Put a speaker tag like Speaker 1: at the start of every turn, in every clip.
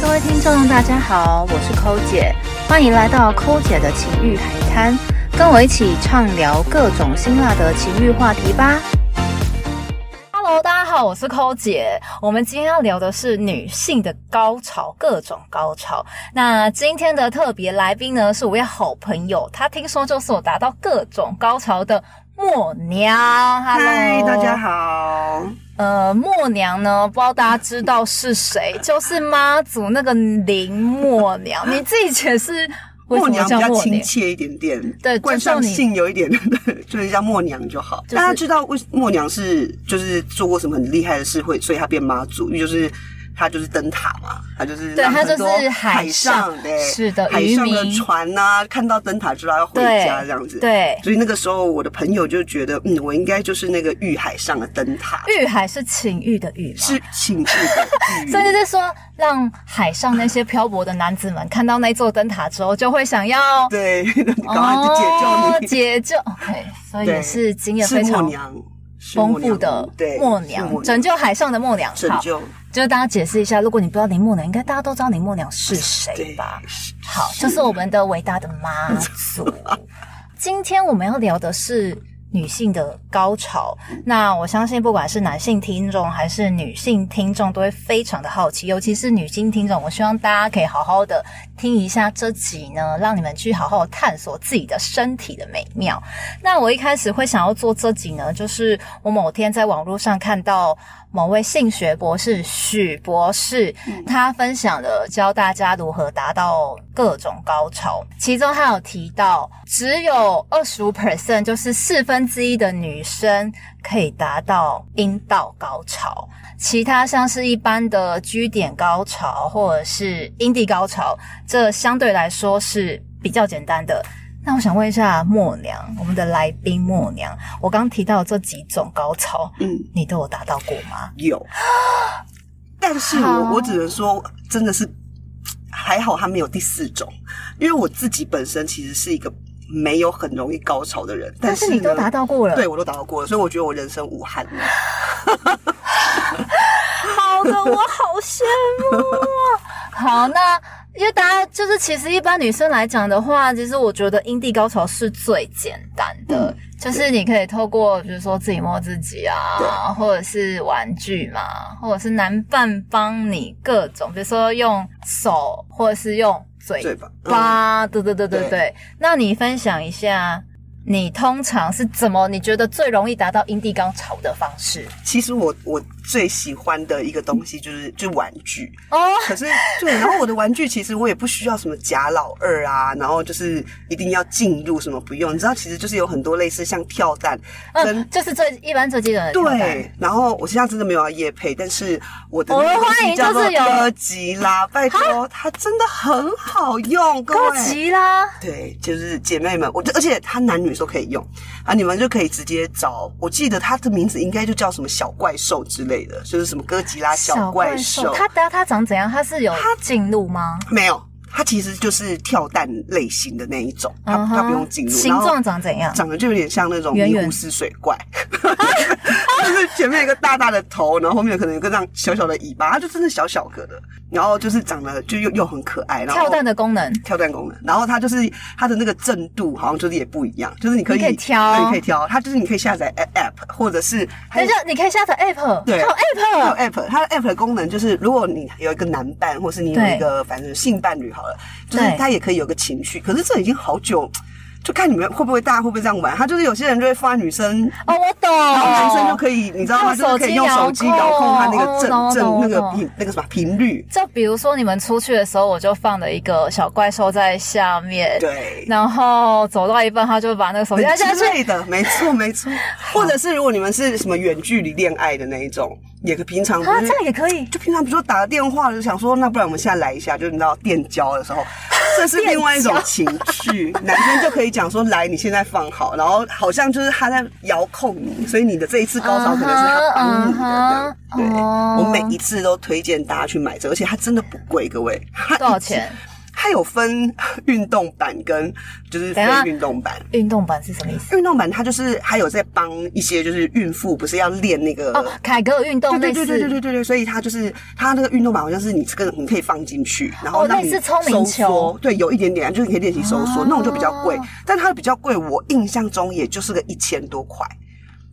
Speaker 1: 各位听众，大家好，我是抠姐，欢迎来到抠姐的情欲海滩，跟我一起畅聊各种辛辣的情欲话题吧。
Speaker 2: Hello，大家好，我是抠姐。我们今天要聊的是女性的高潮，各种高潮。那今天的特别来宾呢，是我位好朋友，她听说就是我达到各种高潮的默娘。Hello，
Speaker 3: 嗨，大家。好。
Speaker 2: 呃，默娘呢，不知道大家知道是谁，就是妈祖那个林默娘。你自己解释为什
Speaker 3: 默
Speaker 2: 么
Speaker 3: 娘比
Speaker 2: 叫
Speaker 3: 较
Speaker 2: 默
Speaker 3: 亲
Speaker 2: 娘？
Speaker 3: 切一点点，
Speaker 2: 对
Speaker 3: 冠
Speaker 2: 就像
Speaker 3: 上
Speaker 2: 你
Speaker 3: 姓有一点， 就是叫默娘就好。
Speaker 2: 就是
Speaker 3: 大家知道为默娘是就是做过什么很厉害的事会，所以她变妈祖，因为就是。她就是灯塔嘛，她就是
Speaker 2: 对
Speaker 3: 让
Speaker 2: 她
Speaker 3: 很多
Speaker 2: 就是海
Speaker 3: 海
Speaker 2: 上
Speaker 3: 对
Speaker 2: 是的
Speaker 3: 海
Speaker 2: 渔
Speaker 3: 上的
Speaker 2: 民
Speaker 3: 船呐、看到灯塔就要回
Speaker 2: 对
Speaker 3: 家这样子。，
Speaker 2: 对，
Speaker 3: 所以那个时候我的朋友就觉得，嗯，我应该就是那个玉海上的灯塔，
Speaker 2: 玉海是情欲的欲吗？
Speaker 3: 是请去的 玉。
Speaker 2: 甚至是说，让海上那些漂泊的男子们看到那座灯塔之后，就会想要
Speaker 3: 对， 赶快解救
Speaker 2: 哦
Speaker 3: 你。
Speaker 2: 解救。OK，所以也
Speaker 3: 对
Speaker 2: 是经验
Speaker 3: 是
Speaker 2: 非
Speaker 3: 默
Speaker 2: 常
Speaker 3: 娘，是
Speaker 2: 丰
Speaker 3: 默
Speaker 2: 富
Speaker 3: 娘
Speaker 2: 的
Speaker 3: 对
Speaker 2: 默
Speaker 3: 是
Speaker 2: 娘，拯救海上的默娘。
Speaker 3: 拯
Speaker 2: 好，
Speaker 3: 救
Speaker 2: 就是大家解释一下，如果你不知道林默娘，应该大家都知道林默娘是谁
Speaker 3: 对
Speaker 2: 吧？好，就是我们的伟大的妈祖。今天我们要聊的是女性的高潮。那我相信，不管是男性听众还是女性听众，都会非常的好奇，尤其是女性听众。我希望大家可以好好的听一下这集呢，让你们去好好地探索自己的身体的美妙。那我一开始会想要做这集呢，就是我某天在网络上看到某位性学博士许博士，他分享了教大家如何达到各种高潮，其中他有提到，只有二十五 percent，就是四分之一的女生可以达到阴道高潮。其他像是一般的 G 点高潮或者是阴蒂高潮，这相对来说是比较简单的。那我想问一下默娘，我们的来宾默娘，我刚提到这几种高潮，
Speaker 3: 嗯
Speaker 2: 你都有达到过吗？
Speaker 3: 有，但是
Speaker 2: 好
Speaker 3: 我我只能说，真的是还好他没有第四种，因为我自己本身其实是一个没有很容易高潮的人，
Speaker 2: 但
Speaker 3: 是
Speaker 2: 是你
Speaker 3: 呢
Speaker 2: 都达到过了，
Speaker 3: 对，我都达到过了，所以我觉得我人生无憾了。
Speaker 2: 好的，我好羡慕啊。好，那因为大家就是其实一般女生来讲的话，其实我觉得阴蒂高潮是最简单
Speaker 3: 嗯
Speaker 2: 的，就是你可以透过比如说自己摸自己啊，或者是玩具嘛，或者是男伴帮你各种，比如说用手或者是用嘴
Speaker 3: 对吧？嗯
Speaker 2: 巴，对对对对
Speaker 3: 对
Speaker 2: 对。那你分享一下。你通常是怎么？你觉得最容易达到阴蒂高潮的方式？
Speaker 3: 其实我我最喜欢的一个东西就是就玩具，
Speaker 2: 哦，
Speaker 3: 可是对，然后我的玩具其实我也不需要什么假老二啊，然后就是一定要进入什么不用，你知道，其实就是有很多类似像跳蛋跟、
Speaker 2: 嗯，就是最一般最基本的跳蛋。
Speaker 3: 对，然后我现在真的没有要夜配，但是我的
Speaker 2: 我们
Speaker 3: 那个东
Speaker 2: 欢迎
Speaker 3: 西叫
Speaker 2: 就
Speaker 3: 做
Speaker 2: 是有
Speaker 3: 哥吉拉，拜托，它真的很好用，各
Speaker 2: 高
Speaker 3: 位。
Speaker 2: 级啦，
Speaker 3: 对，就是姐妹们，我就而且它男女都可以用啊，你们就可以直接找。我记得它的名字应该就叫什么小怪兽之类的，就是什么哥吉拉小怪兽。
Speaker 2: 它等下它长怎样？它是有进入吗？
Speaker 3: 没有，它其实就是跳蛋类型的那一种，它、
Speaker 2: 嗯哼
Speaker 3: 它不用进入，
Speaker 2: 形
Speaker 3: 然后
Speaker 2: 状长怎样？
Speaker 3: 长得就有点像那种
Speaker 2: 圆
Speaker 3: 尼
Speaker 2: 圆
Speaker 3: 古斯水怪， 就是前面有一个大大的头，然后后面可能有个这样小小的尾巴，它就真的小小个的，然后就是长得就又又很可爱，然后
Speaker 2: 跳蛋的功能，
Speaker 3: 跳蛋功能，然后它就是它的那个震度好像就是也不一样，就是你可以
Speaker 2: 你可以挑
Speaker 3: 对你可以挑，它就是你可以下载 app 或者是还
Speaker 2: 等一
Speaker 3: 有
Speaker 2: 下你可以下载 app，
Speaker 3: 对
Speaker 2: 它有
Speaker 3: 它有
Speaker 2: app，
Speaker 3: app，它的 app 的功能就是，如果你有一个男伴，或是你有
Speaker 2: 对
Speaker 3: 一个反正性伴侣好了，就是
Speaker 2: 对
Speaker 3: 它也可以有个情绪。可是这已经好久，就看你们会不会大家会不会这样玩。它就是有些人就会放在女生，
Speaker 2: 哦，我懂。
Speaker 3: 然后男生就可以，你知道吗？
Speaker 2: 用
Speaker 3: 就是可以
Speaker 2: 手
Speaker 3: 用
Speaker 2: 机
Speaker 3: 手机
Speaker 2: 遥
Speaker 3: 遥
Speaker 2: 控
Speaker 3: 控它
Speaker 2: 哦
Speaker 3: 那个
Speaker 2: 懂了
Speaker 3: 震
Speaker 2: 懂
Speaker 3: 震
Speaker 2: 了
Speaker 3: 那个
Speaker 2: 懂了
Speaker 3: 频那个什么频率，
Speaker 2: 就比如说你们出去的时候，我就放了一个小怪兽在下面，
Speaker 3: 对。
Speaker 2: 然后走到一半，他就把那个手机按下
Speaker 3: 之
Speaker 2: 去。
Speaker 3: 类的，没错 没错。或者是如果你们是什么远距离恋爱的那一种，也可平常不
Speaker 2: 啊，
Speaker 3: 是
Speaker 2: 这样也可以。
Speaker 3: 就平常比如说打个电话，就想说，那不然我们现在来一下，就是你知道电交的 时候，这是另外一种情趣。男生就可以讲说，来，你现在放好，然后好像就是他在遥控你，所以你的这一次高潮可能是他帮你的这样。
Speaker 2: 嗯哼
Speaker 3: 对，
Speaker 2: 嗯哼
Speaker 3: 我每一次都推荐大家去买这个，而且它真的不贵，各位，它
Speaker 2: 多少钱？
Speaker 3: 一次？它有分运动版跟就是非
Speaker 2: 等一下
Speaker 3: 运动版。
Speaker 2: 运动版是什么意思？
Speaker 3: 运动版它就是还有在帮一些就是孕妇不是要练那个
Speaker 2: 哦，凯格尔运动
Speaker 3: 对
Speaker 2: 类
Speaker 3: 对对对
Speaker 2: 似
Speaker 3: 对对对，所以它就是它那个运动板好像是你这个你可以放进去，然后
Speaker 2: 哦
Speaker 3: 让
Speaker 2: 类
Speaker 3: 你
Speaker 2: 似聪明
Speaker 3: 收
Speaker 2: 球
Speaker 3: 缩，对，有一点点，就是你可以练习收缩，
Speaker 2: 哦
Speaker 3: 那种就比较贵，但它的比较贵，我印象中也就是个一千多块，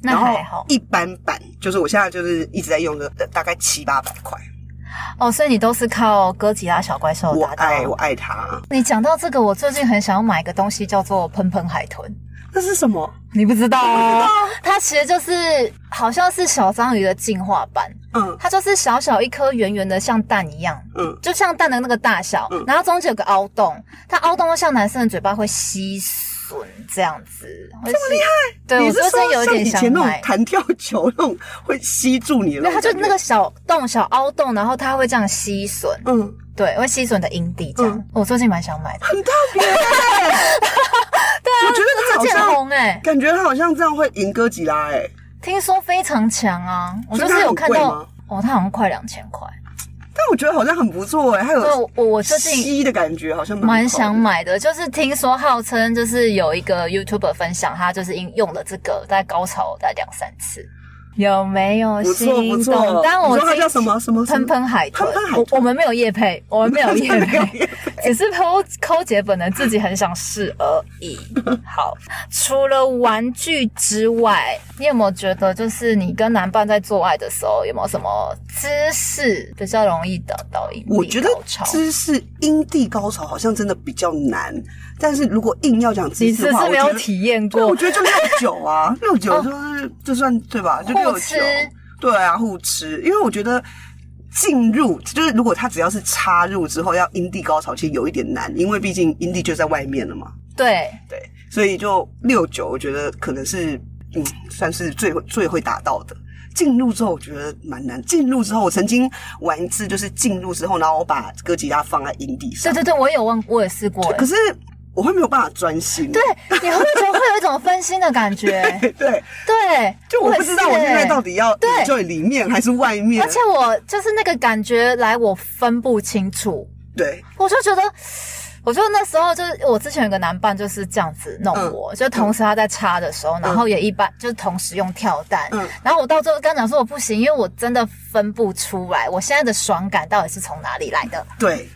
Speaker 2: 那
Speaker 3: 然
Speaker 2: 还
Speaker 3: 后
Speaker 2: 好
Speaker 3: 一般版就是我现在就是一直在用的，呃大概七八百块，
Speaker 2: 哦，所以你都是靠哥吉拉小怪兽
Speaker 3: 我
Speaker 2: 哦达到。
Speaker 3: 爱我爱它，
Speaker 2: 你讲到这个，我最近很想要买一个东西，叫做喷喷海豚。
Speaker 3: 那是什么？
Speaker 2: 你不知道哦，它其实就是好像是小章鱼的进化版，
Speaker 3: 嗯
Speaker 2: 它就是小小一颗圆圆的，像蛋一样，
Speaker 3: 嗯，
Speaker 2: 就像蛋的那个大小，
Speaker 3: 嗯
Speaker 2: 然后中间有个凹洞，它凹洞像男生的嘴巴会吸吮这样子，这么厉害？对，
Speaker 3: 你
Speaker 2: 我
Speaker 3: 是
Speaker 2: 最近有
Speaker 3: 说
Speaker 2: 一
Speaker 3: 像
Speaker 2: 点
Speaker 3: 以
Speaker 2: 想
Speaker 3: 前那
Speaker 2: 买
Speaker 3: 种。弹跳球那种会吸住你的
Speaker 2: 那
Speaker 3: 种
Speaker 2: 它
Speaker 3: 感
Speaker 2: 就
Speaker 3: 觉？
Speaker 2: 那个小洞、小凹洞，然后它会这样吸吮，
Speaker 3: 嗯，
Speaker 2: 对，会吸吮你的阴蒂这样。
Speaker 3: 嗯
Speaker 2: 我最近蛮想买的，
Speaker 3: 很特别、 对啊我觉得它
Speaker 2: 这
Speaker 3: 好
Speaker 2: 件
Speaker 3: 像
Speaker 2: 红哎、
Speaker 3: 感觉他好像这样会赢哥吉拉哎、
Speaker 2: 听说非常强啊！我
Speaker 3: 所
Speaker 2: 就是
Speaker 3: 以它
Speaker 2: 有
Speaker 3: 很
Speaker 2: 看
Speaker 3: 贵
Speaker 2: 到
Speaker 3: 吗，
Speaker 2: 哦，它好像快两千块。
Speaker 3: 但我觉得好像很不错哎、还
Speaker 2: 对，
Speaker 3: 有
Speaker 2: 哦我我我最近
Speaker 3: 吸的感觉，好像
Speaker 2: 蛮
Speaker 3: 好的
Speaker 2: 想。买的，就是听说号称就是有一个 YouTuber 分享，他就是因用了这个，大概高潮大概两三次，有没有
Speaker 3: 不错不
Speaker 2: 心动
Speaker 3: 错？，
Speaker 2: 但我
Speaker 3: 你说它
Speaker 2: 今
Speaker 3: 叫什么什么什么
Speaker 2: 喷喷海豚，
Speaker 3: 喷喷海豚
Speaker 2: 我我们没有夜配，我们没 有夜
Speaker 3: 没有
Speaker 2: 配，只是抠抠姐本人自己很想试而已。好，除了玩具之外，你有没有觉得就是你跟男伴在做爱的时候，有没有什么姿势比较容易达到引
Speaker 3: 我
Speaker 2: 力
Speaker 3: 觉得
Speaker 2: 高潮？
Speaker 3: 姿势阴蒂高潮好像真的比较难，但是如果硬要讲姿
Speaker 2: 你
Speaker 3: 势
Speaker 2: 是
Speaker 3: 的
Speaker 2: 不
Speaker 3: 话，
Speaker 2: 是
Speaker 3: 我
Speaker 2: 没
Speaker 3: 觉
Speaker 2: 有
Speaker 3: 得
Speaker 2: 体验
Speaker 3: 对，啊
Speaker 2: 过
Speaker 3: 我？觉得就六九啊， 六九就是就算对吧？就六
Speaker 2: 互
Speaker 3: 九
Speaker 2: 吃，
Speaker 3: 对啊，互吃，因为我觉得。进入就是，如果它只要是插入之后要阴蒂高潮，其实有一点难，因为毕竟阴蒂就在外面了嘛。
Speaker 2: 对，
Speaker 3: 对，所以就六九，我觉得可能是嗯，算是最最会达到的。进入之后，我觉得蛮难。进入之后，我曾经玩一次，就是进入之后，然后我把哥吉拉放在阴地
Speaker 2: 对
Speaker 3: 上，
Speaker 2: 对对，我有问，我也试过。
Speaker 3: 可
Speaker 2: 欸
Speaker 3: 是我会没有办法专心。
Speaker 2: 对，你会不会会有一种分心的感觉？
Speaker 3: 对，
Speaker 2: 对，
Speaker 3: 就我不知道我
Speaker 2: 也是
Speaker 3: 现在到底要
Speaker 2: 对
Speaker 3: 就里面还是外面
Speaker 2: 而。且我就是那个感觉来，我分不清楚，
Speaker 3: 对，
Speaker 2: 我就觉得。我就那时候就是我之前有个男伴就是这样子弄我，
Speaker 3: 嗯
Speaker 2: 就同时他在插的时候，然后也一般就是同时用跳蛋，
Speaker 3: 嗯
Speaker 2: 然后我到最后跟他讲说我不行，因为我真的分不出来我现在的爽感到底是从哪里来的。
Speaker 3: 对。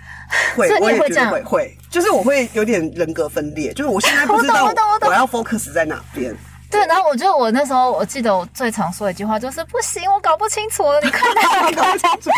Speaker 3: 会
Speaker 2: 所以，你
Speaker 3: 我也
Speaker 2: 也会
Speaker 3: 觉
Speaker 2: 这
Speaker 3: 得
Speaker 2: 样
Speaker 3: 会会，就是我会有点人格分裂，就是我现在不
Speaker 2: 我
Speaker 3: 知
Speaker 2: 懂
Speaker 3: 道
Speaker 2: 我懂我懂
Speaker 3: 我要 focus 在哪 边。
Speaker 2: 对，然后我就我那时候我记得我最常说一句话就是不行，我搞不清楚了，你快带我搞清楚。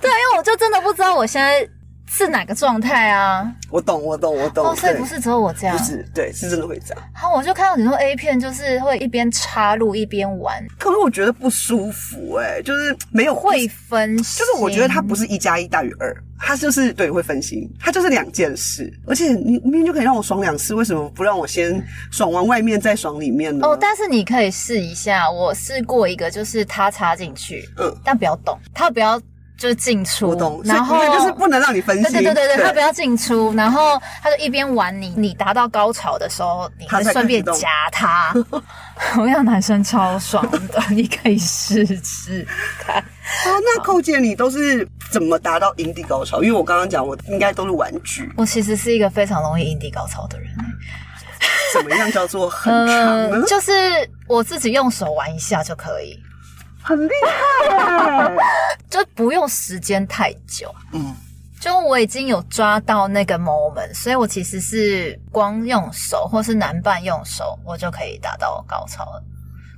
Speaker 2: 对，因为我就真的不知道我现在是哪个状态啊。
Speaker 3: 我懂，我懂，我懂。
Speaker 2: 哦，所以
Speaker 3: 对
Speaker 2: 不是只有我这样
Speaker 3: 不。是，对，是真的会这样。
Speaker 2: 然后我就看到很多 A 片，就是会一边插入一边玩，
Speaker 3: 可是我觉得不舒服、哎，就是没有
Speaker 2: 会，分心。
Speaker 3: 就是我觉得它不是一加一大于二，它就是对会分心，它就是两件事。而且你明明就可以让我爽两次，为什么不让我先爽完外面再爽里面呢？
Speaker 2: 哦，但是你可以试一下。我试过一个，就是他插进去，
Speaker 3: 嗯，
Speaker 2: 但不要动，他不要就是进出，
Speaker 3: 我懂，
Speaker 2: 然后
Speaker 3: 所以就是不能让你分
Speaker 2: 对
Speaker 3: 心。
Speaker 2: 对对对对，他不要进出，然后他就一边玩你，你达到高潮的时候，你
Speaker 3: 他
Speaker 2: 就
Speaker 3: 才
Speaker 2: 顺便夹他。 我想男生超爽的，你可以试试看。
Speaker 3: 啊，那寇姐你都是怎么达到营地高潮？因为我刚刚讲，我应该都是玩具，
Speaker 2: 我其实是一个非常容易阴蒂高潮的人，
Speaker 3: 怎么样叫做很长呢
Speaker 2: 嗯，？就是我自己用手玩一下就可以，
Speaker 3: 很厉 害、
Speaker 2: 就不用时间太久。
Speaker 3: 嗯，
Speaker 2: 就我已经有抓到那个 moment，所以我其实是光用手或是男伴用手，我就可以达到高潮了。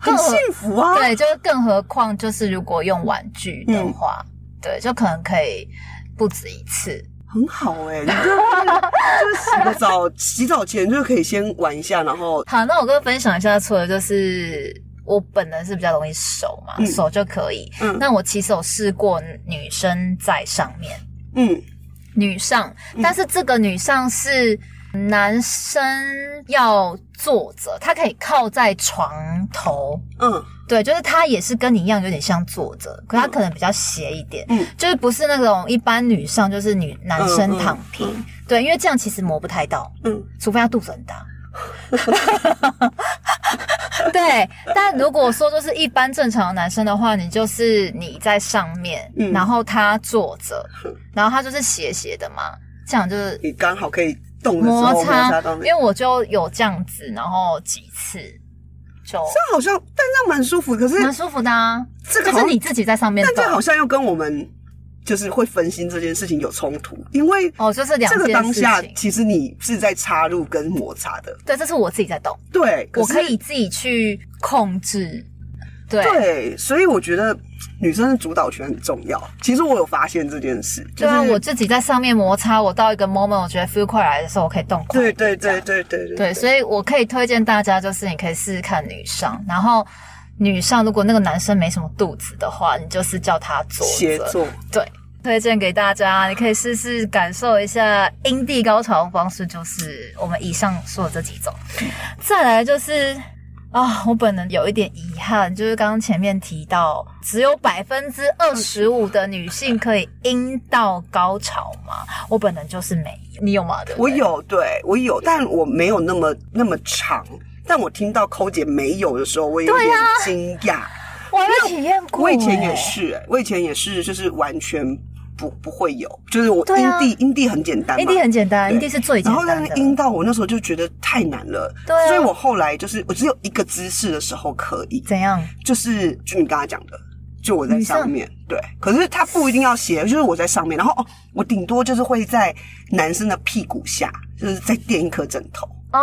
Speaker 3: 很幸福啊。
Speaker 2: 对，就更何况就是如果用玩具的话，
Speaker 3: 嗯
Speaker 2: 对，就可能可以不止一次。
Speaker 3: 很好哎、你就是就是洗个澡，洗澡前就可以先玩一下，然后
Speaker 2: 好，那我跟分享一下，除了就是我本人是比较容易手嘛，
Speaker 3: 嗯
Speaker 2: 手就可以。
Speaker 3: 嗯
Speaker 2: 那我其实有试过女生在上面，
Speaker 3: 嗯，
Speaker 2: 女上，但是这个女上是男生要坐着，他可以靠在床头。
Speaker 3: 嗯，
Speaker 2: 对，就是他也是跟你一样，有点像坐着，可他可能比较斜一点，
Speaker 3: 嗯
Speaker 2: 就是不是那种一般女上，就是女男生躺平，
Speaker 3: 嗯
Speaker 2: 对，因为这样其实摸不太到，
Speaker 3: 嗯，
Speaker 2: 除非他肚子很大。 对，但如果说就是一般正常的男生的话，你就是你在上面，
Speaker 3: 嗯
Speaker 2: 然后他坐着
Speaker 3: 是，
Speaker 2: 然后他就是斜斜的嘛，这样就是
Speaker 3: 你刚好可以动的时候
Speaker 2: 摩
Speaker 3: 摩擦
Speaker 2: 擦
Speaker 3: 到，那
Speaker 2: 因。为我就有这样子，然后几次就
Speaker 3: 这好像，但这样蛮舒服。可是，
Speaker 2: 蛮舒服的啊。
Speaker 3: 这个
Speaker 2: 就
Speaker 3: 好
Speaker 2: 是
Speaker 3: 像
Speaker 2: 你自己在上面
Speaker 3: 但
Speaker 2: 动
Speaker 3: 这好像又跟我们就是会分心这件事情有冲突，因为
Speaker 2: 哦，就是两
Speaker 3: 这个
Speaker 2: 件
Speaker 3: 当
Speaker 2: 事
Speaker 3: 下
Speaker 2: 情。
Speaker 3: 其实你是在插入跟摩擦的。
Speaker 2: 对，这是我自己在动，
Speaker 3: 对，
Speaker 2: 我
Speaker 3: 是
Speaker 2: 可以自己去控制。对，
Speaker 3: 对，所以我觉得女生的主导权很重要。其实我有发现这件事，就
Speaker 2: 对
Speaker 3: 是
Speaker 2: 啊，我自己在上面摩擦，我到一个 moment，我觉得 feel 快来的时候，我可以动快。
Speaker 3: 对对对对对对
Speaker 2: 对，所以我可以推荐大家，就是你可以试试看女上，然后女上如果那个男生没什么肚子的话，你就是叫他坐
Speaker 3: 协
Speaker 2: 着。
Speaker 3: 作
Speaker 2: 对，推荐给大家，你可以试试感受一下阴蒂高潮的方式，就是我们以上说的这几种。再来就是啊，我本人有一点遗憾，就是刚刚前面提到，只有百分之二十五的女性可以阴道高潮嘛，我本人就是没有，你有吗？对不对
Speaker 3: 我有，对我有，但我没有那么那么长。但我听到抠姐没有的时候，我有点惊讶。
Speaker 2: 我还没体验啊过、
Speaker 3: 我以前
Speaker 2: 欸
Speaker 3: 也是、欸，我以前也是，就是完全不不会有，就是我
Speaker 2: 对
Speaker 3: 阴
Speaker 2: 啊
Speaker 3: 蒂阴蒂很简单嘛，
Speaker 2: 阴蒂很简单，
Speaker 3: 对
Speaker 2: 阴蒂是最简
Speaker 3: 然后但
Speaker 2: 单
Speaker 3: 是
Speaker 2: 的。
Speaker 3: 阴道，我那时候就觉得太难了，
Speaker 2: 对啊
Speaker 3: 所以我后来就是我只有一个姿势的时候可以，
Speaker 2: 怎样？
Speaker 3: 就是就你刚才讲的，就我在
Speaker 2: 你
Speaker 3: 上
Speaker 2: 上
Speaker 3: 面，对。可是它不一定要斜，就是我在上面，然后哦，我顶多就是会在男生的屁股下，就是再垫一颗枕头，
Speaker 2: 哦，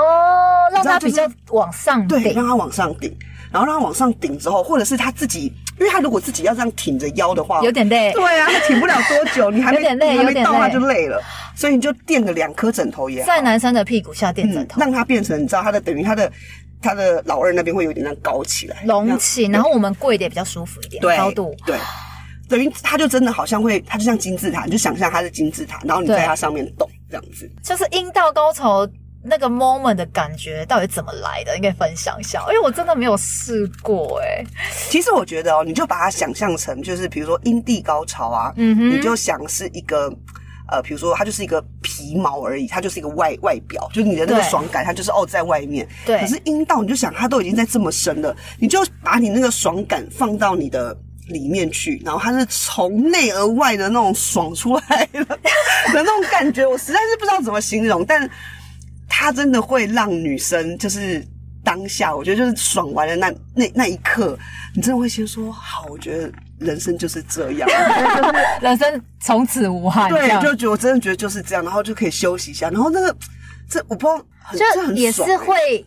Speaker 2: 让
Speaker 3: 知道
Speaker 2: 它
Speaker 3: 就是
Speaker 2: 比较往上
Speaker 3: 对，让
Speaker 2: 顶。
Speaker 3: 他往上顶，然后让他往上顶之后，或者是他自己，因为他如果自己要这样挺着腰的话，
Speaker 2: 有点累，
Speaker 3: 对啊，他挺不了多久，你还没
Speaker 2: 有点累
Speaker 3: 你还
Speaker 2: 有
Speaker 3: 没
Speaker 2: 点
Speaker 3: 到他
Speaker 2: 累
Speaker 3: 就累了，所以你就垫个两颗枕头也好，
Speaker 2: 在男生的屁股下垫枕
Speaker 3: 嗯，
Speaker 2: 头，
Speaker 3: 让它变成你知道他的等于他的他的老二那边会有点那样高起来，
Speaker 2: 隆起，然后我们跪的也比较舒服一点，
Speaker 3: 对
Speaker 2: 高度。
Speaker 3: 对，等于它就真的好像会，它就像金字塔，你就想象它是金字塔，然后你
Speaker 2: 对
Speaker 3: 在它上面动这样子。
Speaker 2: 就是阴道高潮那个 moment 的感觉到底怎么来的？你可以分享一下，因为我真的没有试过哎、
Speaker 3: 其实我觉得哦，你就把它想象成就是比如说阴蒂高潮啊，
Speaker 2: 嗯哼
Speaker 3: 你就想是一个。呃，比如说它就是一个皮毛而已，它就是一个外外表，就是你的那个
Speaker 2: 对
Speaker 3: 爽感，它就是哦在外面。
Speaker 2: 对
Speaker 3: 可是阴道，你就想它都已经在这么深了，你就把你那个爽感放到你的里面去，然后它是从内而外的那种爽出来的的那种感觉，我实在是不知道怎么形容，但它真的会让女生就是当下，我觉得就是爽完了那那那一刻，你真的会先说好，我觉得人生就是这 样，
Speaker 2: 人生从此无憾。这
Speaker 3: 对，
Speaker 2: 样
Speaker 3: 就觉得我真的觉得就是这样，然后就可以休息一下，然后那个这我不知道，很这
Speaker 2: 就
Speaker 3: 很
Speaker 2: 也是
Speaker 3: 爽欸
Speaker 2: 会，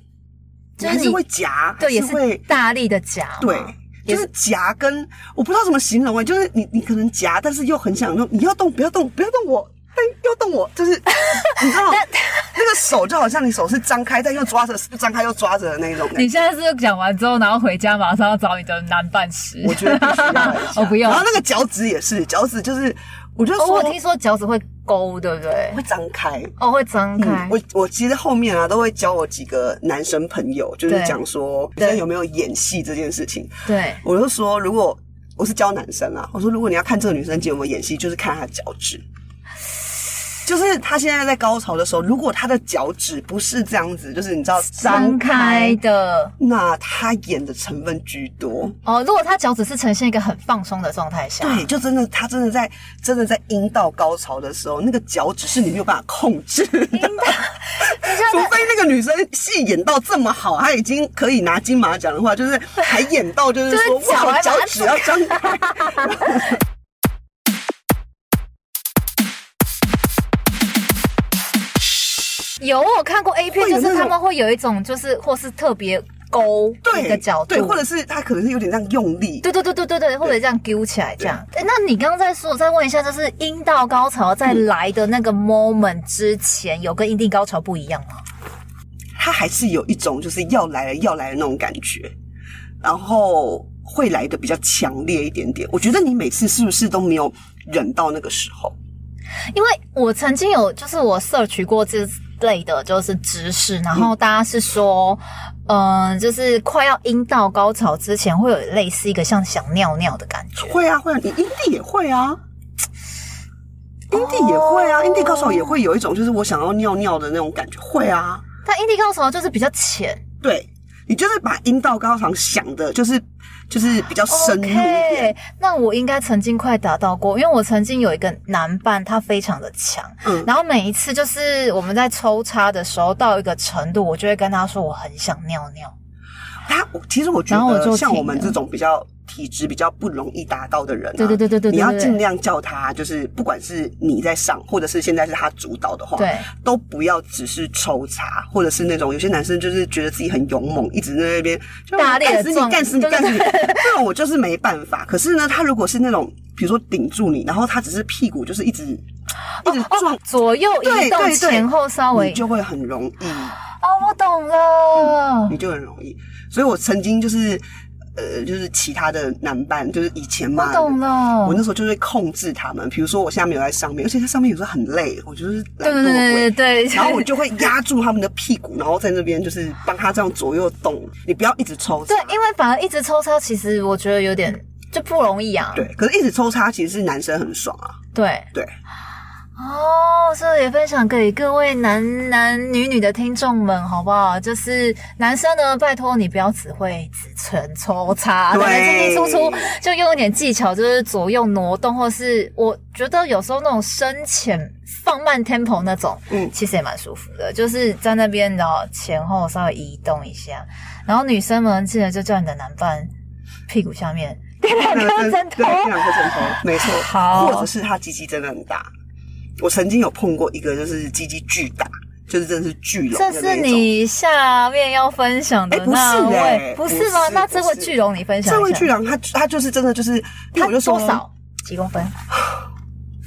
Speaker 2: 就
Speaker 3: 还
Speaker 2: 是
Speaker 3: 是
Speaker 2: 你
Speaker 3: 会夹，
Speaker 2: 对，也
Speaker 3: 还是
Speaker 2: 是
Speaker 3: 会
Speaker 2: 大力的夹嘛，
Speaker 3: 对。
Speaker 2: 也
Speaker 3: 就是夹跟我不知道怎么形容哎、就是你你可能夹，但是又很想弄，你要动不要动不要动我，但又动我， 就是你知道那个手就好像你手是张开，但又抓着，是张开又抓着的那种感觉。
Speaker 2: 你现在是不是讲完之后，然后回家马上要找你的男伴吃？
Speaker 3: 我觉得必须要来一 下
Speaker 2: 哦，不用
Speaker 3: 然后。那个脚趾也是，脚趾就是，我就
Speaker 2: 哦，
Speaker 3: 说
Speaker 2: 我听说脚趾会勾，对不对？
Speaker 3: 会张开。
Speaker 2: 哦，会张开
Speaker 3: 嗯嗯，。我我其实后面啊都会教我几个男生朋友，就是
Speaker 2: 对
Speaker 3: 讲说
Speaker 2: 对
Speaker 3: 现在有没有演戏这件事情。
Speaker 2: 对，
Speaker 3: 我就说，如果我是教男生啊，我说如果你要看这个女生有没有演戏，就是看她的脚趾。就是她现在在高潮的时候，如果她的脚趾不是这样子，就是你知道
Speaker 2: 张开，的。
Speaker 3: 那她演的成分居多。
Speaker 2: 哦，如果他脚趾是呈现一个很放松的状态下，
Speaker 3: 对，就真的，她真的在真的在阴道高潮的时候，那个脚趾是你没有办法控制的，除非那个女生戏演到这么好，她已经可以拿金马奖的话，就是还演到就是
Speaker 2: 就是
Speaker 3: 说，
Speaker 2: 脚啊
Speaker 3: 哇，我
Speaker 2: 还把
Speaker 3: 脚
Speaker 2: 它
Speaker 3: 趾要张开。
Speaker 2: 有我有看过 A 片，
Speaker 3: 会有
Speaker 2: 就
Speaker 3: 那
Speaker 2: 是他
Speaker 3: 种
Speaker 2: 们会有一种，就是或是特别勾
Speaker 3: 对
Speaker 2: 一个角度，
Speaker 3: 对，或者是她可能是有点这样用力，
Speaker 2: 对对对对对对，或者这样揪起来这样。诶那你刚刚在说，我再问一下，就是阴道高潮在来的那个 moment 之前，有跟阴蒂高潮不一样吗？
Speaker 3: 她还是有一种就是要来了要来了那种感觉，然后会来的比较强烈一点点。我觉得你每次是不是都没有忍到那个时候？
Speaker 2: 因为我曾经有，就是我摄取过这类的，就是知识，然后大家是说，嗯、就是快要阴道高潮之前，会有类似一个像想尿尿的感觉。
Speaker 3: 会啊会啊，你阴蒂也会啊，阴蒂也会
Speaker 2: 哦
Speaker 3: 啊，阴蒂高手也会有一种就是我想要尿尿的那种感觉，会啊，
Speaker 2: 但阴蒂高潮就是比较浅，
Speaker 3: 对你就是把阴道高潮想的，就是就是比较深入一点。
Speaker 2: OK，那我应该曾经快达到过，因为我曾经有一个男伴，他非常的强，
Speaker 3: 嗯
Speaker 2: 然后每一次就是我们在抽插的时候到一个程度，我就会跟他说我很想尿尿。
Speaker 3: 他其实我觉
Speaker 2: 然后我就
Speaker 3: 得像
Speaker 2: 停
Speaker 3: 我们
Speaker 2: 了
Speaker 3: 这种比较体质比较不容易达到的人、啊，
Speaker 2: 对对对对对对
Speaker 3: 你要
Speaker 2: 对
Speaker 3: 尽量叫他，就是不管是你在上，或者是现在是他主导的话，
Speaker 2: 对，
Speaker 3: 都不要只是抽查，或者是那种有些男生就是觉得自己很勇猛，一直在那边就
Speaker 2: 大力地
Speaker 3: 干死你，
Speaker 2: 撞
Speaker 3: 干死你，
Speaker 2: 对对
Speaker 3: 干死你，这种我就是没办法。可是呢，他如果是那种比如说顶住你，然后他只是屁股就是一直一直撞。
Speaker 2: 左右移
Speaker 3: 对
Speaker 2: 动，
Speaker 3: 对对
Speaker 2: 前后稍微
Speaker 3: 你就会很容易，
Speaker 2: 哦，我懂了哦
Speaker 3: 你。就很容易。所以我曾经就是，呃，就是其他的男伴，就是以前
Speaker 2: 我
Speaker 3: 嘛，
Speaker 2: 懂了
Speaker 3: 嗯我，那时候就会控制他们，比如说我现在没有在上面，而且在上面有时候很累，我就是
Speaker 2: 对
Speaker 3: 懒惰
Speaker 2: 对对对
Speaker 3: 鬼，
Speaker 2: 对，
Speaker 3: 然后我就会压住他们的屁股，然后在那边就是帮他这样左右动，你不要一直抽插
Speaker 2: 对，。因为反而一直抽插，其实我觉得有点就不容易啊。
Speaker 3: 对，可是一直抽插其实是男生很爽啊，
Speaker 2: 对
Speaker 3: 对，
Speaker 2: 哦，所以也分享给各位男男女女的听众们，好不好？就是男生呢，拜托你不要只会只纯抽插，
Speaker 3: 对
Speaker 2: 可能进进出出就用一点技巧，就是左右挪动，或是我觉得有时候那种深浅放慢 tempo 那种，嗯
Speaker 3: 嗯，
Speaker 2: 其实也蛮舒服的，就是在那边然后前后稍微移动一下，然后女生们记得就叫你的男伴屁股下面点 两颗针头
Speaker 3: 对，。这两颗枕头，没错。
Speaker 2: 好
Speaker 3: 或者是他鸡鸡真的很大，我曾经有碰过一个，就是鸡鸡巨大，就是真的是巨龙的
Speaker 2: 这
Speaker 3: 那种。
Speaker 2: 是你下面要分享的
Speaker 3: 哎不是
Speaker 2: 那位，
Speaker 3: 哎
Speaker 2: 不
Speaker 3: 不
Speaker 2: 是
Speaker 3: 是
Speaker 2: 吗？那
Speaker 3: 不
Speaker 2: 这位
Speaker 3: 是
Speaker 2: 巨龙，你分享一下。
Speaker 3: 这位巨龙，他他就是真的就是，因为我就
Speaker 2: 他
Speaker 3: 说
Speaker 2: 多少几公分？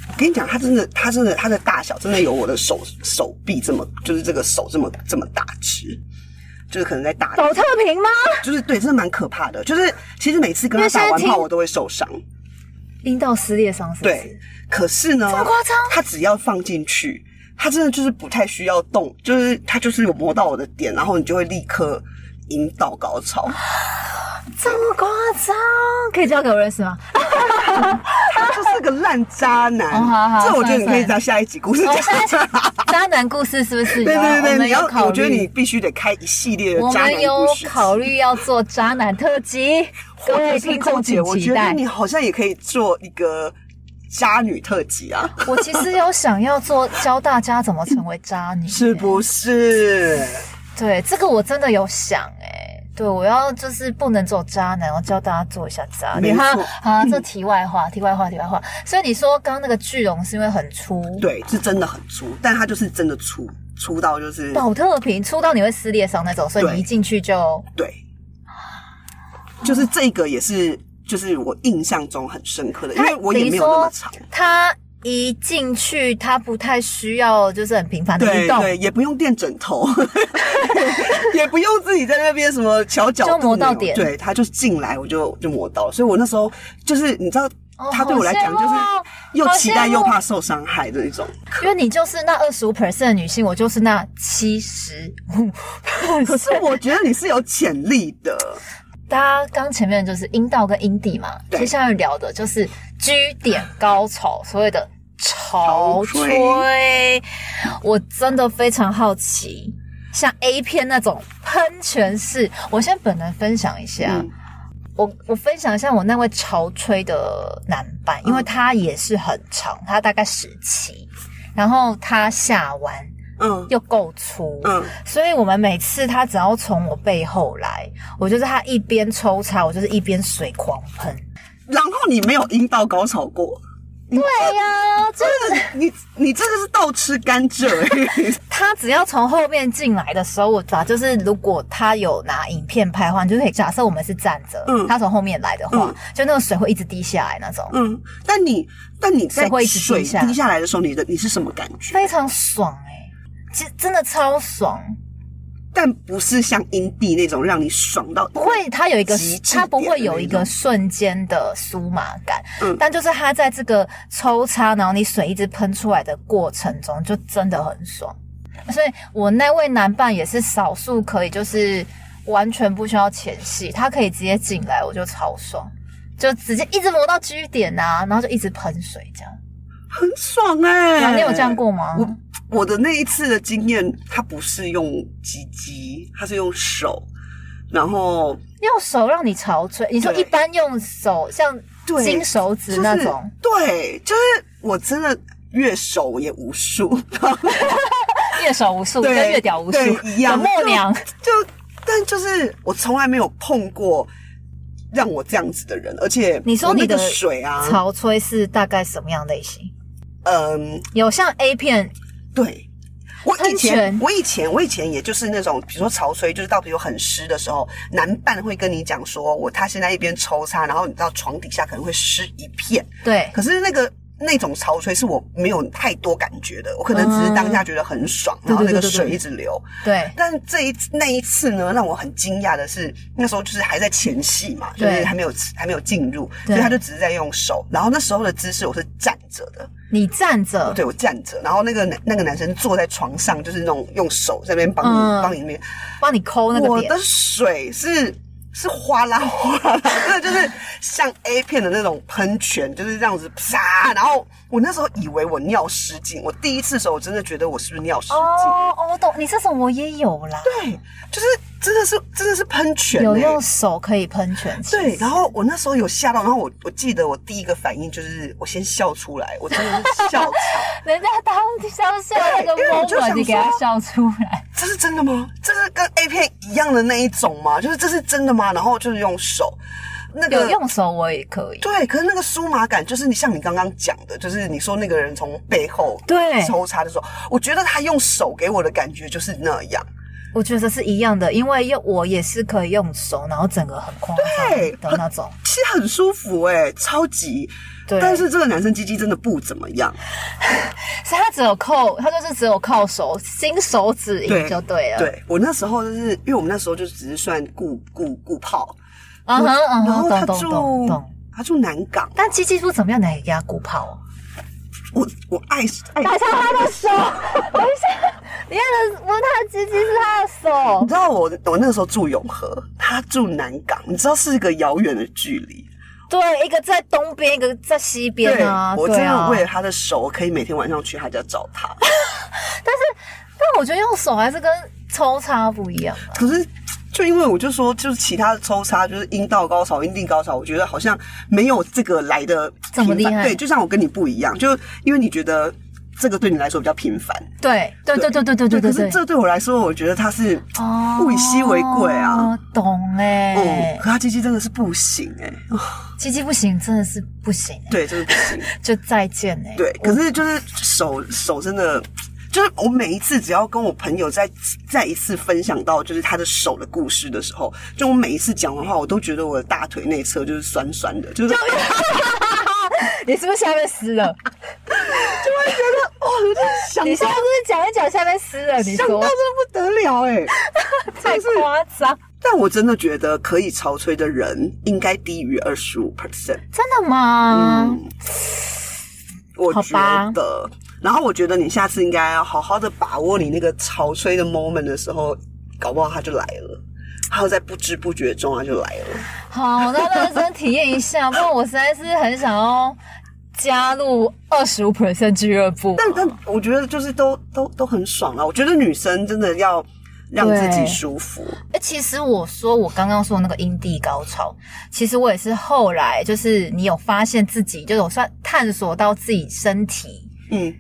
Speaker 3: 我跟你讲，它真的，它真的，它的大小真的有我的手手臂这么，就是这个手这么这么大只，就是可能在打，
Speaker 2: 保特瓶吗？
Speaker 3: 就是对，真的蛮可怕的。就是其实每次跟
Speaker 2: 因为
Speaker 3: 他
Speaker 2: 现在
Speaker 3: 打完
Speaker 2: 听
Speaker 3: 炮，我都会受伤。
Speaker 2: 阴道撕裂伤是不
Speaker 3: 对
Speaker 2: 是？，
Speaker 3: 可是呢，
Speaker 2: 这么夸张
Speaker 3: 它只要放进去，它真的就是不太需要动，就是它就是有磨到我的点，然后你就会立刻引导高潮。
Speaker 2: 这么夸张，可以交给我认识 吗？
Speaker 3: 他就是个烂渣 男
Speaker 2: 哦好好，
Speaker 3: 这我觉得你
Speaker 2: 算了
Speaker 3: 可以在下一集故事
Speaker 2: 哦
Speaker 3: 讲。
Speaker 2: 现渣男故事是不是？
Speaker 3: 对
Speaker 2: 有啊
Speaker 3: 对对
Speaker 2: 我
Speaker 3: 对，
Speaker 2: 们
Speaker 3: 你
Speaker 2: 有
Speaker 3: 要，
Speaker 2: 考虑
Speaker 3: 我觉得你必须得开一系列的
Speaker 2: 我
Speaker 3: 渣男
Speaker 2: 们有
Speaker 3: 故事集。
Speaker 2: 考虑要做渣男特 辑，各位听众
Speaker 3: 姐，
Speaker 2: 请
Speaker 3: 我
Speaker 2: 期
Speaker 3: 觉得
Speaker 2: 待
Speaker 3: 你。好像也可以做一个渣女特辑 啊，
Speaker 2: 我其实有想要做教大家怎么成为渣女，
Speaker 3: 是不是？
Speaker 2: 对，这个我真的有想哎、对，我要就是不能走渣男，我教大家做一下渣女。
Speaker 3: 没
Speaker 2: 哈
Speaker 3: 错
Speaker 2: 啊，这题外话，题外话，题外话。所以你说刚刚那个巨龙是因为很粗，，
Speaker 3: 对，是真的很粗，但他就是真的粗，粗到就是
Speaker 2: 保特瓶粗到你会撕裂伤那种，所以
Speaker 3: 对
Speaker 2: 你一进去就
Speaker 3: 对，就是这个也是，就是我印象中很深刻的，因为我也没有那么长，
Speaker 2: 它一进去它不太需要就是很频繁的
Speaker 3: 对
Speaker 2: 移动，
Speaker 3: 对，也不用垫枕头， 也不用自己在那边什么瞧角度
Speaker 2: 就磨到
Speaker 3: 扭
Speaker 2: 点
Speaker 3: 对，他就进来我就就磨到了，所以我那时候就是你知道，他对我来讲就是
Speaker 2: 好羡慕哦
Speaker 3: 又
Speaker 2: 好
Speaker 3: 期待
Speaker 2: 羡慕
Speaker 3: 又怕受伤害的一种。
Speaker 2: 因为你就是那二十五 percent 的女性，我就是那七十五。
Speaker 3: 可是我觉得你是有潜力的，
Speaker 2: 大家刚前面就是阴道跟阴蒂嘛，
Speaker 3: 对
Speaker 2: 接下来聊的就是 G 点高潮，所谓的潮
Speaker 3: 潮
Speaker 2: 吹。我真的非常好奇，像 A 片那种喷泉式，我先本人分享一下。
Speaker 3: 嗯
Speaker 2: 我我分享一下我那位潮吹的男
Speaker 3: 嗯
Speaker 2: 伴，因为他也是很长，他大概十七，然后他下弯
Speaker 3: 嗯
Speaker 2: 又够粗，
Speaker 3: 嗯，
Speaker 2: 所以我们每次他只要从我背后来，我就是他一边抽插，我就是一边水狂喷。
Speaker 3: 然后你没有阴道高潮过，
Speaker 2: 对呀、就
Speaker 3: 你你真的是倒吃甘蔗、欸，
Speaker 2: 他只要从后面进来的时候，我把就是如果他有拿影片拍的话，你就可以假设我们是站着，
Speaker 3: 嗯
Speaker 2: 他从后面来的话，
Speaker 3: 嗯
Speaker 2: 就那个水会一直滴下来那种，
Speaker 3: 嗯，但你但你在
Speaker 2: 水会一直滴
Speaker 3: 水
Speaker 2: 下来
Speaker 3: 滴下来的时候，你的你是什么感觉？
Speaker 2: 非常爽哎、其实真的超爽，
Speaker 3: 但不是像阴蒂那种让你爽到
Speaker 2: 不会，它有一个
Speaker 3: 极，致
Speaker 2: 它不会有一
Speaker 3: 点的那
Speaker 2: 个
Speaker 3: 种
Speaker 2: 瞬间的酥麻感，
Speaker 3: 嗯
Speaker 2: 但就是它在这个抽插，然后你水一直喷出来的过程中，就真的很爽。所以我那位男伴也是少数可以，就是完全不需要前戏，他可以直接进来，我就超爽，就直接一直磨到 G 点啊，然后就一直喷水这样。
Speaker 3: 很爽哎、
Speaker 2: 啊你有这样过吗？
Speaker 3: 我我的那一次的经验，它不是用鸡鸡，它是用手，然后
Speaker 2: 用手让你潮吹，你说
Speaker 3: 对
Speaker 2: 一般用手像
Speaker 3: 对
Speaker 2: 金手指那种，
Speaker 3: 就是、对，就是我真的乐手也无数，
Speaker 2: 月手无数
Speaker 3: 对
Speaker 2: 跟月屌无数
Speaker 3: 对一样
Speaker 2: 有默娘，
Speaker 3: 就但就是我从来没有碰过让我这样子的人，而且
Speaker 2: 你说
Speaker 3: 我那
Speaker 2: 你的
Speaker 3: 个水啊，
Speaker 2: 潮吹是大概什么样类型？
Speaker 3: 嗯，
Speaker 2: 有像 A 片
Speaker 3: 对。我以
Speaker 2: 喷
Speaker 3: 前
Speaker 2: 泉，
Speaker 3: 我以前，我以前也就是那种，比如说潮吹，就是到比如很湿的时候，男伴会跟你讲说，我他现在一边抽插，然后你到床底下可能会湿一片，
Speaker 2: 对，
Speaker 3: 可是那个那种潮吹是我没有太多感觉的，我可能只是当下觉得很爽，
Speaker 2: 嗯
Speaker 3: 然后那个
Speaker 2: 对对对对
Speaker 3: 水一直流。
Speaker 2: 对
Speaker 3: 但这一那一次呢，让我很惊讶的是，那时候就是还在前戏嘛，就
Speaker 2: 对
Speaker 3: 是还没有还没有进入，
Speaker 2: 对
Speaker 3: 所以他就只是在用手。然后那时候的姿势我是站着的，
Speaker 2: 你站着，
Speaker 3: 对我站着，然后那个男那个男生坐在床上，就是那种用手在那边帮
Speaker 2: 嗯
Speaker 3: 你帮、你面。
Speaker 2: 帮你抠那个
Speaker 3: 我
Speaker 2: 点
Speaker 3: 的，水是是哗啦哗啦，真的就是像 A 片的那种喷泉，就是这样子啪。然后我那时候以为我尿失禁，我第一次的时候我真的觉得我是不是尿失禁，
Speaker 2: 哦哦，我懂，你这种我也有啦，
Speaker 3: 就是真的是真的是喷泉、欸，
Speaker 2: 有用手可以喷泉，其实
Speaker 3: 对，然后我那时候有吓到，然后我我记得我第一个反应就是我先笑出来，我真的是笑场，
Speaker 2: 人家当当下那个
Speaker 3: 对因为我就
Speaker 2: moment
Speaker 3: 想
Speaker 2: 你给他
Speaker 3: 说
Speaker 2: 笑出来，
Speaker 3: 这是真的吗？这是跟 A 片一样的那一种吗？就是这是真的吗？然后就是用手，那个
Speaker 2: 有用手我也可以，
Speaker 3: 对，可是那个酥麻感，就是你像你刚刚讲的，就是你说那个人从背后
Speaker 2: 对
Speaker 3: 抽插的时候，我觉得他用手给我的感觉就是那样。
Speaker 2: 我觉得是一样的，因为用我也是可以用手，然后整个很夸
Speaker 3: 对
Speaker 2: 张的那种，
Speaker 3: 其实很舒服哎、超级。
Speaker 2: 对
Speaker 3: 但是这个男生鸡鸡真的不怎么样。
Speaker 2: 所以他只有靠，他就是只有靠手，新手指
Speaker 3: 对
Speaker 2: 印就对了，，啊
Speaker 3: 对我那时候就是，因为我们那时候就只是算顾顾顾炮，
Speaker 2: 嗯哼嗯
Speaker 3: 然后
Speaker 2: 哼，
Speaker 3: 他
Speaker 2: 懂懂
Speaker 3: 住
Speaker 2: 懂懂。
Speaker 3: 他住南港，
Speaker 2: 但鸡鸡不怎么样，哪压骨炮哦？
Speaker 3: 我我爱爱
Speaker 2: 打下他的手， 等一下，你看的不是他的鸡鸡，是他的手
Speaker 3: 你。知道我我那个时候住永和，他住南港，你知道是一个遥远的距离。
Speaker 2: 对，一个在东边，一个在西边啊。
Speaker 3: 我
Speaker 2: 对
Speaker 3: 真的
Speaker 2: 啊
Speaker 3: 为了他的手，我可以每天晚上去他家找他。
Speaker 2: 但我觉得用手还是跟抽插不一样啊。
Speaker 3: 可是，就因为我就说，就是其他的抽插，就是阴道高潮、阴蒂高潮，我觉得好像没有这个来的
Speaker 2: 这么
Speaker 3: 频繁
Speaker 2: 厉害
Speaker 3: 对，就像我跟你不一样，就因为你觉得这个对你来说比较频繁。
Speaker 2: 对，对，对，对，对，对，对，
Speaker 3: 可
Speaker 2: 对，
Speaker 3: 是
Speaker 2: 对。
Speaker 3: 这对我来说，我觉得它是
Speaker 2: 哦
Speaker 3: 物以稀为贵啊。，
Speaker 2: 懂哎、
Speaker 3: 嗯，可他鸡鸡真的是不行哎、
Speaker 2: 鸡鸡不行，真的是不行、欸，
Speaker 3: 对，真的不行。
Speaker 2: 就再见哎、
Speaker 3: 对，可是就是手手真的，就是我每一次只要跟我朋友再再一次分享到就是他的手的故事的时候，就我每一次讲完话，我都觉得我的大腿内侧就是酸酸的，就是就会觉
Speaker 2: 你是不是下面湿了？
Speaker 3: 得哦， 想
Speaker 2: 你现在
Speaker 3: 到
Speaker 2: 不是讲一讲下面湿了？你
Speaker 3: 想到
Speaker 2: 说
Speaker 3: 真的不得了哎、
Speaker 2: 太夸张，
Speaker 3: 但我真的觉得可以潮吹的人应该低于二十五 percent。
Speaker 2: 真的吗？
Speaker 3: 我
Speaker 2: 好
Speaker 3: 觉
Speaker 2: 吧
Speaker 3: 得。然后我觉得你下次应该要好好的把握你那个潮吹的 moment 的时候，搞不好它就来了，还有在不知不觉中它就来了。
Speaker 2: 好，那认真体验一下，不然我实在是很想要加入二十五 percent 俱乐部。
Speaker 3: 但但我觉得就是都都都很爽啊！我觉得女生真的要让自己
Speaker 2: 对
Speaker 3: 舒服，
Speaker 2: 哎、其实我说我刚刚说的那个阴蒂高潮，其实我也是后来就是你有发现自己，就有算探索到自己身体
Speaker 3: 嗯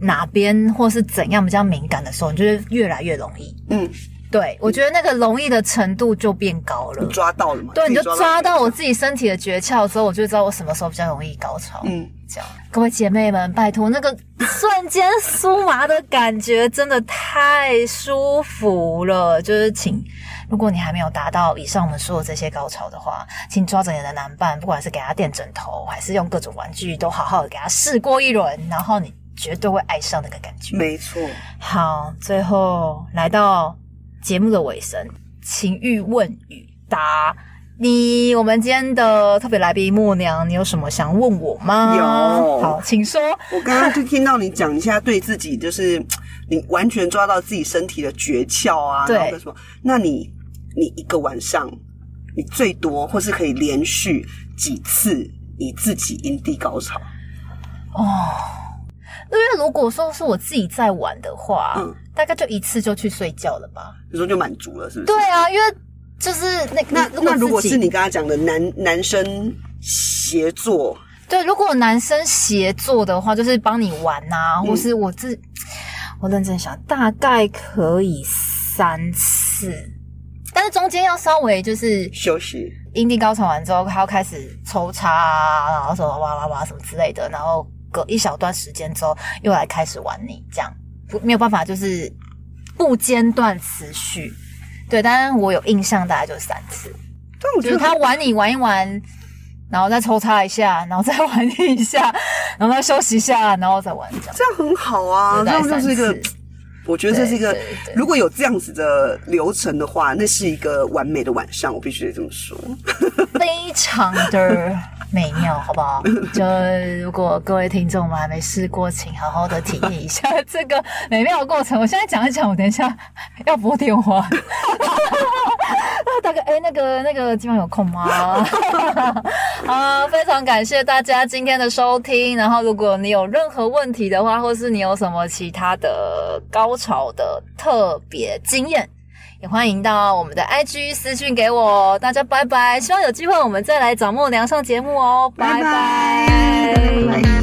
Speaker 2: 哪边或是怎样比较敏感的时候，你就是越来越容易。
Speaker 3: 嗯，
Speaker 2: 对我觉得那个容易的程度就变高了。
Speaker 3: 抓到了嘛？
Speaker 2: 对，你就
Speaker 3: 自己
Speaker 2: 抓
Speaker 3: 到
Speaker 2: 到我自己身体的诀窍之后，我就知道我什么时候比较容易高潮。
Speaker 3: 了，嗯，
Speaker 2: 这样，各位姐妹们，拜托，那个瞬间酥麻的感觉真的太舒服了。就是请，如果你还没有达到以上我们说的这些高潮的话，请抓着你的男伴，不管是给他垫枕头，还是用各种玩具，都好好的给他试过一轮，然后你绝对会爱上那个感觉。
Speaker 3: 没错，
Speaker 2: 好，最后来到节目的尾声，情欲问与答。你，我们今天的特别来宾默娘，你有什么想问我吗？
Speaker 3: 有
Speaker 2: 好，请说。
Speaker 3: 我刚刚就听到你讲一下对自己，就是你完全抓到自己身体的诀窍啊，
Speaker 2: 对
Speaker 3: 然后跟什么？那你你一个晚上，你最多或是可以连续几次你自己阴蒂高潮？
Speaker 2: 因为如果说是我自己在玩的话，
Speaker 3: 嗯
Speaker 2: 大概就一次就去睡觉了吧。
Speaker 3: 你说就满足了，是不是？
Speaker 2: 对啊，因为就是那
Speaker 3: 那那如果
Speaker 2: 自己
Speaker 3: 是你刚才讲的男男生协作，
Speaker 2: 对，如果男生协作的话，就是帮你玩呐、
Speaker 3: 嗯
Speaker 2: 或是我自、我认真想，大概可以三次，但是中间要稍微就是
Speaker 3: 休息，
Speaker 2: 阴蒂高潮完之后，他要开始抽插啊，然后什么哇哇哇什么之类的，然后隔一小段时间之后又来开始玩你，这样不没有办法，就是不间断持续。对，但是我有印象大概就是三次，
Speaker 3: 但我
Speaker 2: 就
Speaker 3: 觉
Speaker 2: 是
Speaker 3: 得
Speaker 2: 他玩你玩一玩，然后再抽插一下，然后再玩你一下，然后再休息一下，然后再玩这样。
Speaker 3: 这样很好啊，这
Speaker 2: 大概
Speaker 3: 样就是一个
Speaker 2: 三次，
Speaker 3: 我觉得这是一个
Speaker 2: 对对对，
Speaker 3: 如果有这样子的流程的话，那是一个完美的晚上，我必须得这么说。
Speaker 2: 非常的美妙，好不好？就如果各位听众们还没试过，请好好的体验一下 这个美妙的过程。我现在讲一讲，我等一下要拨电话。 大哥，哎、那个那个，今晚有空吗？ 啊，非常感谢大家今天的收听。然后，如果你有任何问题的话，或是你有什么其他的高潮的特别经验，也欢迎到我们的 IG 私讯给我哦。大家拜拜，希望有机会我们再来找默娘上节目哦，拜拜
Speaker 3: 拜拜